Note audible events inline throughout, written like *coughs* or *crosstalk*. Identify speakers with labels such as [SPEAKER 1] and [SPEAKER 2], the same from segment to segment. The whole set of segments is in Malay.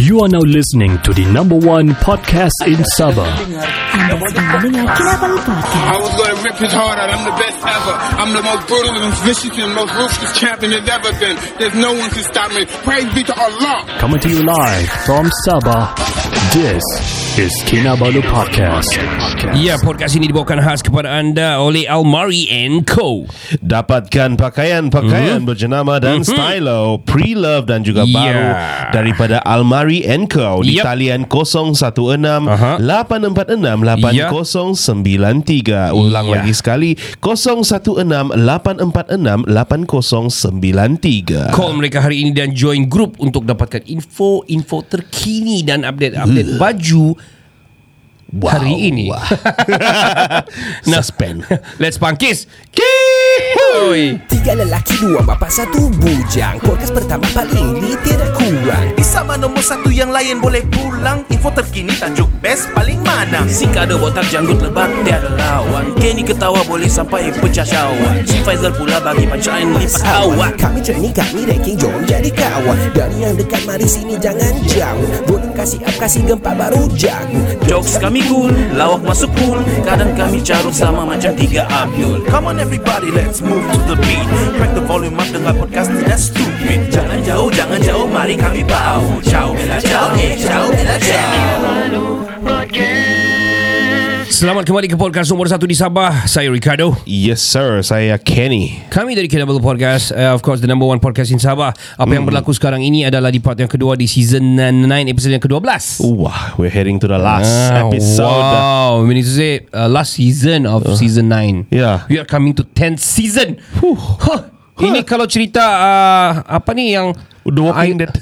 [SPEAKER 1] You are now listening to the number one podcast in Sabah.
[SPEAKER 2] Anda sedang mendengar Kinabalu Podcast.
[SPEAKER 3] I was gonna rip his heart out. I'm the best ever. I'm the most brutal and vicious and most ruthless champion there's ever been. There's no one can stop me. Praise be to Allah.
[SPEAKER 1] Coming to you live from Sabah, this is Kinabalu Podcast.
[SPEAKER 4] Ya, podcast ini dibawakan khas kepada anda oleh Almari Co.
[SPEAKER 5] Dapatkan pakaian-pakaian berjenama dan stylo, pre-love dan juga
[SPEAKER 4] Mhm. Yeah.
[SPEAKER 5] baru daripada Almari Co. Di
[SPEAKER 4] Yep.
[SPEAKER 5] talian 016
[SPEAKER 4] Aha.
[SPEAKER 5] 846 8093. Ulang
[SPEAKER 4] Yeah.
[SPEAKER 5] lagi sekali 016 846 8093.
[SPEAKER 4] Call mereka hari ini dan join group untuk dapatkan info-info terkini dan update-update baju wow. hari ini. *laughs* nah,
[SPEAKER 5] Suspend.
[SPEAKER 4] let's bangkis. Kihui.
[SPEAKER 6] Tiga lelaki, dua bapa, satu bujang Podcast pertama paling ini tidak kurang
[SPEAKER 7] Di sama nombor satu yang lain boleh pulang Info terkini tajuk best paling mana Si kado botak janggut lebat tiada lawan Kenny ketawa boleh sampai pecah syawak Si Faizal pula bagi pancaan lipat
[SPEAKER 6] Awak
[SPEAKER 7] awak
[SPEAKER 6] Kami jernih, kami ranking, jom jadi kawan Dari yang dekat, mari sini jangan jauh Volume kasih up, kasih gempa baru jago
[SPEAKER 7] Jokes kami cool, lawak masuk pool Kadang kami carut sama macam tiga Abdul Come on everybody, let's move to the beat Crack the volume up dengar podcast tidak stupid Jangan jauh, jangan jauh, mari kami bau Ciao, bella ciao, eh ciao, bella ciao
[SPEAKER 4] Selamat kembali ke podcast nombor satu di Sabah. Saya Ricardo.
[SPEAKER 5] Yes sir, saya Kenny.
[SPEAKER 4] Kami dari Kinabalu Podcast uh, Of course the number one podcast in Sabah Apa yang berlaku sekarang ini adalah di part yang kedua Di season 9 episode yang ke-12
[SPEAKER 5] Wah, we're heading to the last
[SPEAKER 4] Ah,
[SPEAKER 5] episode. Uh.
[SPEAKER 4] Wow, meaning to say uh, last season of season 9.
[SPEAKER 5] Yeah.
[SPEAKER 4] We are coming to 10th season. Huh. Ini kalau cerita uh, apa ni yang
[SPEAKER 5] The *laughs*
[SPEAKER 4] *laughs*
[SPEAKER 5] Walking
[SPEAKER 4] I-
[SPEAKER 5] Dead.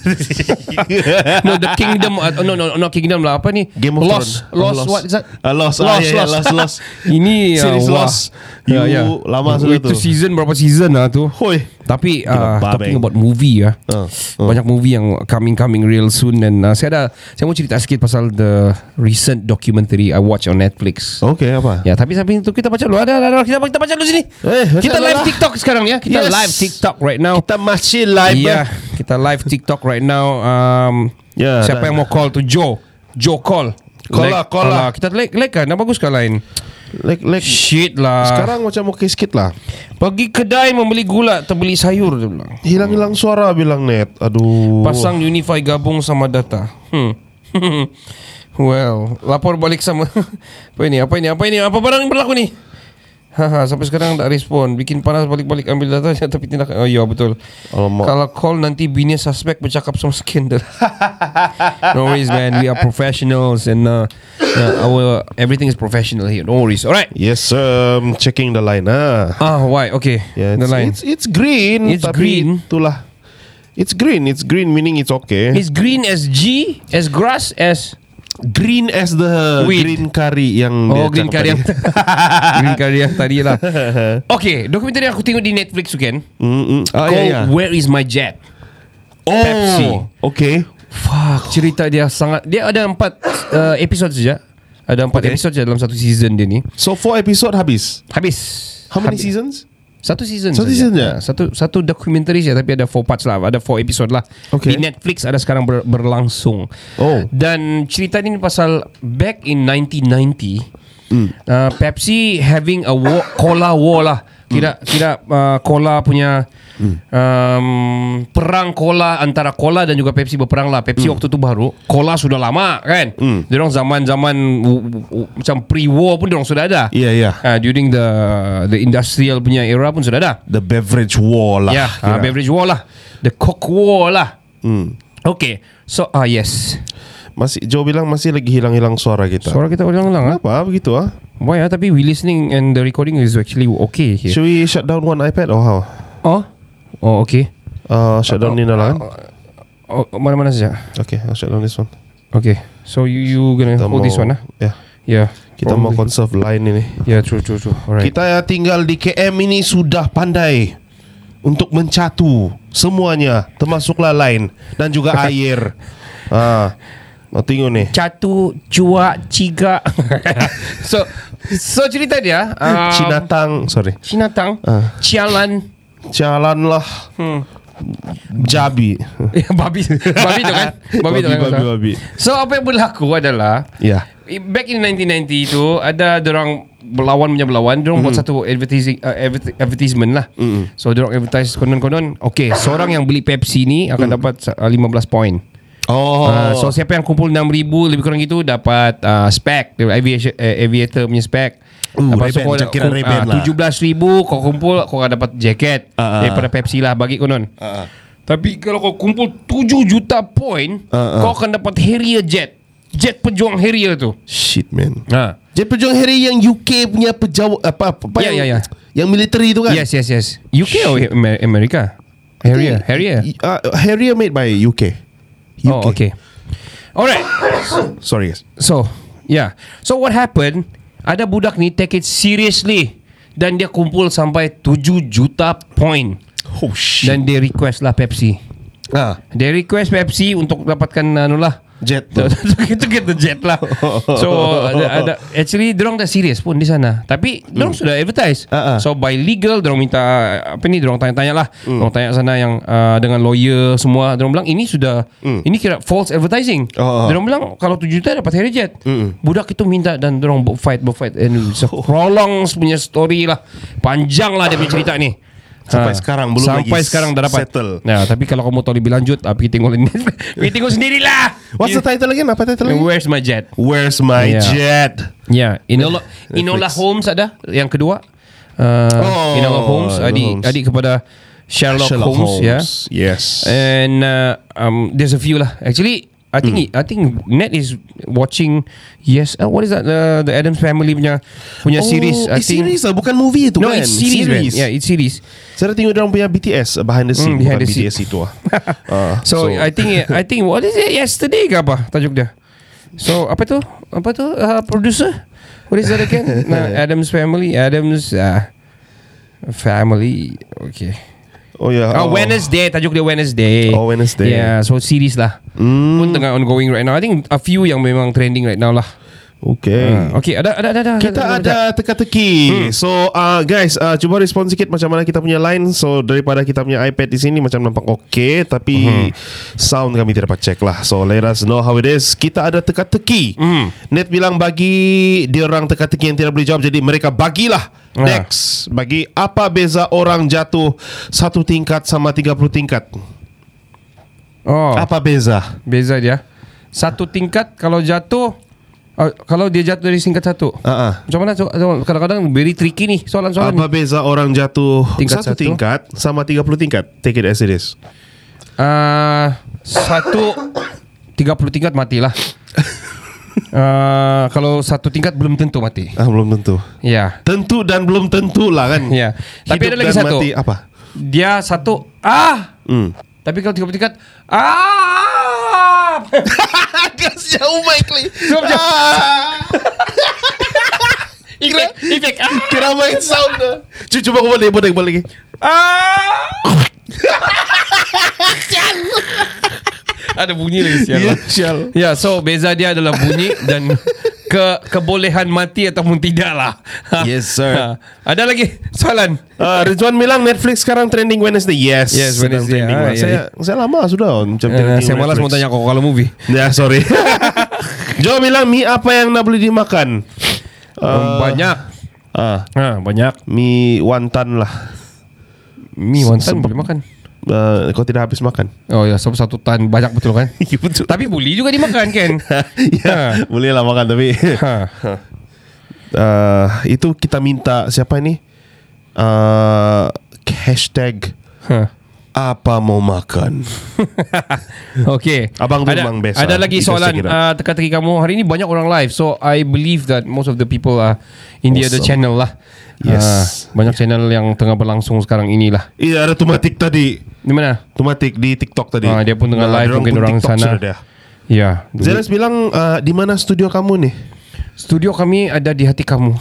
[SPEAKER 4] *laughs* no the kingdom uh, no no no kingdom lah apa ni
[SPEAKER 5] Game of
[SPEAKER 4] lost
[SPEAKER 5] Thrones.
[SPEAKER 4] lost
[SPEAKER 5] Oh,
[SPEAKER 4] what is that
[SPEAKER 5] Ah, lost. Ah, yeah, yeah, lost, *laughs* lost.
[SPEAKER 4] ini uh,
[SPEAKER 5] Series
[SPEAKER 4] wah. Ya,
[SPEAKER 5] Lost. You lama sudah
[SPEAKER 4] itu
[SPEAKER 5] tu.
[SPEAKER 4] season berapa season lah tu
[SPEAKER 5] Hoi.
[SPEAKER 4] tapi uh,
[SPEAKER 5] Kena
[SPEAKER 4] talking
[SPEAKER 5] babeng.
[SPEAKER 4] about movie ya.
[SPEAKER 5] Ah,
[SPEAKER 4] Uh,
[SPEAKER 5] ah.
[SPEAKER 4] Banyak movie yang coming coming real soon dan uh, saya ada saya mau cerita sikit pasal the recent documentary I watch on Netflix.
[SPEAKER 5] Okay, apa?
[SPEAKER 4] Ya, tapi sampai itu kita baca dulu. Ada, ada, ada. Kita, kita baca dulu sini.
[SPEAKER 5] Eh, baca
[SPEAKER 4] kita
[SPEAKER 5] dulu
[SPEAKER 4] live
[SPEAKER 5] lah.
[SPEAKER 4] TikTok sekarang ya. Kita
[SPEAKER 5] Yes.
[SPEAKER 4] live TikTok right now. Ya.
[SPEAKER 5] Kita masih live.
[SPEAKER 4] Iya,
[SPEAKER 5] eh.
[SPEAKER 4] kita live TikTok right now. Um,
[SPEAKER 5] Ya,
[SPEAKER 4] siapa
[SPEAKER 5] dah-
[SPEAKER 4] yang mau call tu Joe? Joe call.
[SPEAKER 5] Call lah, call
[SPEAKER 4] alah,
[SPEAKER 5] lah.
[SPEAKER 4] Kita like, like kan? Dah bagus kan lain?
[SPEAKER 5] Like, like.
[SPEAKER 4] Shit lah.
[SPEAKER 5] Sekarang macam okey sikit lah.
[SPEAKER 4] Pergi kedai membeli gula atau beli sayur dia bilang.
[SPEAKER 5] Hilang-hilang suara bilang net. Aduh.
[SPEAKER 4] Pasang Unify gabung sama data. Hmm. *laughs* well, lapor balik sama *laughs* apa ini? Apa ini? Apa ini? Apa barang yang berlaku ni? Haha, sampai sekarang tak respon. Bikin panas balik-balik ambil datanya *laughs* tapi tindakan. Oh iya betul.
[SPEAKER 5] Alamak.
[SPEAKER 4] Kalau call nanti bini suspek bercakap sama skandal. *laughs* no worries man, we are professionals and uh, uh, our everything is professional here. No worries. Alright.
[SPEAKER 5] Yes, sir. I'm checking the line. Ah.
[SPEAKER 4] Ah, why? Okay.
[SPEAKER 5] Yeah, it's,
[SPEAKER 4] the line.
[SPEAKER 5] It's, it's green.
[SPEAKER 4] It's
[SPEAKER 5] tapi
[SPEAKER 4] green.
[SPEAKER 5] Itulah. It's green. It's green meaning it's okay.
[SPEAKER 4] It's green as G, as grass as
[SPEAKER 5] green as the
[SPEAKER 4] Weed.
[SPEAKER 5] green curry yang
[SPEAKER 4] Oh Green
[SPEAKER 5] dia cakap
[SPEAKER 4] Card yang
[SPEAKER 5] tadi.
[SPEAKER 4] *laughs* Green Card yang tadi *laughs* lah Okay Dokumenter yang aku tengok di Netflix tu kan
[SPEAKER 5] Mm-mm. Ah,
[SPEAKER 4] Called
[SPEAKER 5] ya, ya.
[SPEAKER 4] Where is my jet
[SPEAKER 5] Oh,
[SPEAKER 4] Pepsi.
[SPEAKER 5] Okay.
[SPEAKER 4] Fuck Cerita dia sangat Dia ada empat uh, Episode saja Ada empat okay. episode saja Dalam satu season dia ni
[SPEAKER 5] So four episode habis.
[SPEAKER 4] Habis
[SPEAKER 5] How many
[SPEAKER 4] Habis.
[SPEAKER 5] seasons?
[SPEAKER 4] Satu season
[SPEAKER 5] Satu
[SPEAKER 4] saja.
[SPEAKER 5] season je?
[SPEAKER 4] Ah, Satu satu dokumentari saja Tapi ada four parts lah Ada four episode lah Di
[SPEAKER 5] Okay.
[SPEAKER 4] Netflix ada sekarang ber, berlangsung
[SPEAKER 5] Oh.
[SPEAKER 4] Dan cerita ni pasal Back in 1990
[SPEAKER 5] Hmm.
[SPEAKER 4] uh, Pepsi having a war, cola war lah
[SPEAKER 5] Hmm.
[SPEAKER 4] Kira kira uh, cola punya um, Perang cola Antara cola dan juga Pepsi berperang lah Pepsi
[SPEAKER 5] Hmm.
[SPEAKER 4] waktu tu baru Cola sudah lama kan mm. Diorang zaman-zaman u- u- u- Macam pre-war pun diorang sudah ada
[SPEAKER 5] Ya, ya.
[SPEAKER 4] Ah, during the the industrial punya era pun sudah ada.
[SPEAKER 5] The beverage war lah.
[SPEAKER 4] Ya, yeah, ah,
[SPEAKER 5] kira.
[SPEAKER 4] beverage war lah. The cock war lah. Hmm. Okay. So ah yes.
[SPEAKER 5] Masih Joe bilang masih lagi hilang-hilang suara kita.
[SPEAKER 4] Suara kita ulang-ulang ah.
[SPEAKER 5] Kenapa begitu ah?
[SPEAKER 4] Why ah tapi we listening and the recording is actually okay here.
[SPEAKER 5] Should we shut down one iPad or how?
[SPEAKER 4] Oh. Oh okay.
[SPEAKER 5] Uh, shut down ni dah lah kan?
[SPEAKER 4] Oh mana-mana saja.
[SPEAKER 5] Okay, I'll shut down this one.
[SPEAKER 4] Okay. So you you gonna hold this one ah.
[SPEAKER 5] Ya,
[SPEAKER 4] Yeah.
[SPEAKER 5] kita mau
[SPEAKER 4] probably.
[SPEAKER 5] conserve line ini.
[SPEAKER 4] Yeah, Ya, true true true. Alright.
[SPEAKER 5] Kita yang tinggal di KM ini sudah pandai untuk mencatu semuanya, termasuklah line dan
[SPEAKER 4] *laughs*
[SPEAKER 5] juga air. Ah, mau tengok ni.
[SPEAKER 4] Catu, cua, ciga. *laughs* so so cerita dia um,
[SPEAKER 5] Cinatang, sorry.
[SPEAKER 4] Chinatang,
[SPEAKER 5] Ah.
[SPEAKER 4] Cialan, hmm.
[SPEAKER 5] Jalanlah. Jabi.
[SPEAKER 4] Ya, *laughs* babi Babi tu kan Babi tu kan
[SPEAKER 5] Babi,
[SPEAKER 4] pasal.
[SPEAKER 5] babi, babi.
[SPEAKER 4] So apa yang berlaku adalah
[SPEAKER 5] *laughs* Ya.
[SPEAKER 4] Back in 1990 tu Ada dorang Berlawan punya berlawan Dorang buat satu advertising uh, adver- Advertisement lah So dorang advertise Konon-konon Okay Seorang yang beli Pepsi ni Akan dapat uh, 15 point
[SPEAKER 5] Oh.
[SPEAKER 4] Uh, so siapa yang kumpul 6,000 Lebih kurang gitu Dapat uh, spec dia aviation, uh, Aviator punya spec
[SPEAKER 5] Uh,
[SPEAKER 4] Lepas tu kau
[SPEAKER 5] Ray-Ban,
[SPEAKER 4] ah,
[SPEAKER 5] macam kira Ray-Ban lah.
[SPEAKER 4] 17,000 Kau kumpul Kau akan dapat jaket
[SPEAKER 5] Ah, ah.
[SPEAKER 4] Daripada Pepsi lah Bagi kau non Tapi kalau kau kumpul 7 juta point
[SPEAKER 5] Ah, ah.
[SPEAKER 4] Kau akan dapat Harrier jet Jet pejuang Harrier tu
[SPEAKER 5] Shit man.
[SPEAKER 4] ha.
[SPEAKER 5] Jadi pejuang Harry yang UK punya pejabat apa apa
[SPEAKER 4] Ya,
[SPEAKER 5] yang,
[SPEAKER 4] ya, ya.
[SPEAKER 5] yang military tu kan?
[SPEAKER 4] Yes yes yes UK or Amer- America Harrier Harrier
[SPEAKER 5] Uh, Harrier made by UK. UK.
[SPEAKER 4] Oh okay Alright
[SPEAKER 5] Sorry guys.
[SPEAKER 4] So, yeah. So what happened? Ada budak ni take it seriously dan dia kumpul sampai 7 juta point
[SPEAKER 5] Oh shit.
[SPEAKER 4] dan dia request lah Pepsi.
[SPEAKER 5] ah,
[SPEAKER 4] Dia request Pepsi untuk dapatkan anu lah *laughs*
[SPEAKER 5] jet.
[SPEAKER 4] to,
[SPEAKER 5] tu.
[SPEAKER 4] to, to get the jet
[SPEAKER 5] *laughs*
[SPEAKER 4] lah. So ada, ada actually dorong dah serius pun di sana. Tapi dorong
[SPEAKER 5] Hmm.
[SPEAKER 4] sudah advertise.
[SPEAKER 5] Ah, ah.
[SPEAKER 4] So by legal dorong minta apa ni dorong tanya-tanya lah.
[SPEAKER 5] Hmm.
[SPEAKER 4] Dorong tanya sana yang uh, dengan lawyer semua dorong bilang ini sudah
[SPEAKER 5] Hmm.
[SPEAKER 4] ini kira false advertising.
[SPEAKER 5] Oh, oh.
[SPEAKER 4] Dorong bilang kalau 7 juta dapat Harry Jet.
[SPEAKER 5] Hmm.
[SPEAKER 4] Budak itu minta dan dorong buat fight buat fight and
[SPEAKER 5] *laughs*
[SPEAKER 4] it's a prolong punya story lah. Panjang lah dia punya cerita ni.
[SPEAKER 5] Sampai
[SPEAKER 4] Ah,
[SPEAKER 5] sekarang belum
[SPEAKER 4] sampai
[SPEAKER 5] lagi
[SPEAKER 4] sekarang dah dapat.
[SPEAKER 5] settle.
[SPEAKER 4] Ya, tapi kalau kamu tahu lebih lanjut, ah, pergi tengok *laughs* pergi tengok sendirilah.
[SPEAKER 5] What's the title again? Apa title again?
[SPEAKER 4] Where's my jet?
[SPEAKER 5] Where's my
[SPEAKER 4] Yeah.
[SPEAKER 5] jet?
[SPEAKER 4] Ya, yeah. Inola Inola
[SPEAKER 5] Netflix.
[SPEAKER 4] Holmes ada yang kedua. Uh,
[SPEAKER 5] Oh,
[SPEAKER 4] Inola Holmes
[SPEAKER 5] Inola
[SPEAKER 4] adik
[SPEAKER 5] Holmes.
[SPEAKER 4] adik kepada Sherlock, Holmes, ya.
[SPEAKER 5] Yes.
[SPEAKER 4] And uh, um, there's a few lah. Actually, I think I think Net is watching yes. Uh, what is that? Uh, the Adams Family punya punya Oh, series. I
[SPEAKER 5] eh,
[SPEAKER 4] think
[SPEAKER 5] series lah bukan movie tu
[SPEAKER 4] no,
[SPEAKER 5] kan
[SPEAKER 4] it's series. series. Yeah, it's series.
[SPEAKER 5] Saya dah tengok dia orang punya BTS behind the scene
[SPEAKER 4] Hmm, behind the
[SPEAKER 5] bukan
[SPEAKER 4] scene.
[SPEAKER 5] BTS itu
[SPEAKER 4] *laughs*
[SPEAKER 5] ah. Ah,
[SPEAKER 4] So, I think I think what is it yesterday ke apa tajuk dia. So apa tu? Apa tu? Uh, producer? What is that
[SPEAKER 5] *laughs*
[SPEAKER 4] again? nah, Adams Family, Adams uh, Family. Okay.
[SPEAKER 5] Oh ya.
[SPEAKER 4] Oh, Wednesday tajuk dia Wednesday.
[SPEAKER 5] Oh, Wednesday. Hmm.
[SPEAKER 4] Yeah, so series lah. Mm. Pun tengah ongoing right now. I think a few yang memang trending right now lah.
[SPEAKER 5] Okay.
[SPEAKER 4] Uh, okay, ada ada ada. ada
[SPEAKER 5] Hmm. Kita ada
[SPEAKER 4] Hmm.
[SPEAKER 5] teka-teki. So uh, guys, uh, cuba respon sikit macam mana kita punya line. So daripada kita punya iPad di sini macam nampak okay
[SPEAKER 4] Hmm.
[SPEAKER 5] tapi sound kami tidak dapat check lah. So let us know how it is. Kita ada teka-teki.
[SPEAKER 4] Hmm.
[SPEAKER 5] Net bilang bagi dia orang teka-teki yang tidak boleh jawab jadi mereka bagilah.
[SPEAKER 4] Ah.
[SPEAKER 5] Next, bagi apa beza orang jatuh satu tingkat sama 30 tingkat?
[SPEAKER 4] Oh, apa?
[SPEAKER 5] Apa beza?
[SPEAKER 4] beza dia. Satu tingkat kalau jatuh uh, kalau dia jatuh dari tingkat satu.
[SPEAKER 5] Uh-uh.
[SPEAKER 4] Macam mana so- so- kadang-kadang very tricky nih soalan-soalan
[SPEAKER 5] Ah. Apa
[SPEAKER 4] ni.
[SPEAKER 5] beza orang jatuh
[SPEAKER 4] Tingkat
[SPEAKER 5] satu
[SPEAKER 4] satu.
[SPEAKER 5] tingkat sama 30 tingkat? Take it as it is.
[SPEAKER 4] Ah, satu 30 tingkat matilah. Ah, kalau satu tingkat belum tentu mati.
[SPEAKER 5] Ah belum tentu.
[SPEAKER 4] Ya.
[SPEAKER 5] Tentu dan belum tentu lah kan.
[SPEAKER 4] Ya. Tapi
[SPEAKER 5] Hidup
[SPEAKER 4] ada lagi
[SPEAKER 5] dan
[SPEAKER 4] satu.
[SPEAKER 5] Mati, apa?
[SPEAKER 4] Dia satu ah. Hmm. Tapi kalau 30 tingkat
[SPEAKER 5] *laughs*
[SPEAKER 4] ah.
[SPEAKER 5] Kasih jauh mic ni.
[SPEAKER 4] Jom, jom.
[SPEAKER 5] Ah.
[SPEAKER 4] Efek efek ah.
[SPEAKER 5] *laughs* Kira main sound dah. Cuba cuba kau boleh boleh boleh lagi. *laughs*
[SPEAKER 4] ah. ada bunyi lagi sial.
[SPEAKER 5] Ya,
[SPEAKER 4] lah.
[SPEAKER 5] sial.
[SPEAKER 4] Ya, so beza dia adalah bunyi dan ke kebolehan mati ataupun tidak lah. Ha.
[SPEAKER 5] Yes,
[SPEAKER 4] *laughs*
[SPEAKER 5] sir.
[SPEAKER 4] Ha. Ada lagi soalan?
[SPEAKER 5] Ah, Rizwan bilang Netflix sekarang trending Wednesday. Yes.
[SPEAKER 4] Yes,
[SPEAKER 5] sedang
[SPEAKER 4] Wednesday.
[SPEAKER 5] trending
[SPEAKER 4] Ah,
[SPEAKER 5] lah.
[SPEAKER 4] ya,
[SPEAKER 5] saya, saya lama sudah macam
[SPEAKER 4] Eh, saya malas mau
[SPEAKER 5] Netflix.
[SPEAKER 4] tanya kau kalau movie.
[SPEAKER 5] *laughs* Ya, sorry. *laughs* Jo bilang mie apa yang nak boleh dimakan? Ah,
[SPEAKER 4] Eh, banyak.
[SPEAKER 5] Ah,
[SPEAKER 4] Ha, banyak.
[SPEAKER 5] mie wonton lah.
[SPEAKER 4] Mie wonton boleh makan.
[SPEAKER 5] Ah, kau tidak habis makan. *laughs*
[SPEAKER 4] Oh ya, satu satu tan banyak betul kan?
[SPEAKER 5] Ya, betul.
[SPEAKER 4] Tapi boleh juga dimakan kan?
[SPEAKER 5] *laughs* ya, boleh lah makan tapi
[SPEAKER 4] *laughs* Ha.
[SPEAKER 5] uh, itu kita minta siapa ni? Uh, hashtag
[SPEAKER 4] Ha. *laughs*
[SPEAKER 5] apa mau makan?
[SPEAKER 4] Okay.
[SPEAKER 5] Abang tu
[SPEAKER 4] ada,
[SPEAKER 5] memang best
[SPEAKER 4] Ada
[SPEAKER 5] lah.
[SPEAKER 4] lagi
[SPEAKER 5] Kita
[SPEAKER 4] soalan
[SPEAKER 5] check it out.
[SPEAKER 4] uh, teka-teki kamu. Hari ini banyak orang live. So, I believe that most of the people are in the other
[SPEAKER 5] Awesome.
[SPEAKER 4] channel lah.
[SPEAKER 5] Yes.
[SPEAKER 4] Ah, banyak channel yang tengah berlangsung sekarang inilah.
[SPEAKER 5] Iya ada tumatik tadi.
[SPEAKER 4] Di mana?
[SPEAKER 5] Tumatik di TikTok tadi.
[SPEAKER 4] Ah, dia pun dengan live,
[SPEAKER 5] dorang
[SPEAKER 4] mungkin
[SPEAKER 5] pun
[SPEAKER 4] dorang
[SPEAKER 5] TikTok
[SPEAKER 4] sana.
[SPEAKER 5] sudah dia.
[SPEAKER 4] Ya.
[SPEAKER 5] Zeres bilang uh, di mana studio kamu nih?
[SPEAKER 4] Studio kami ada di hati kamu.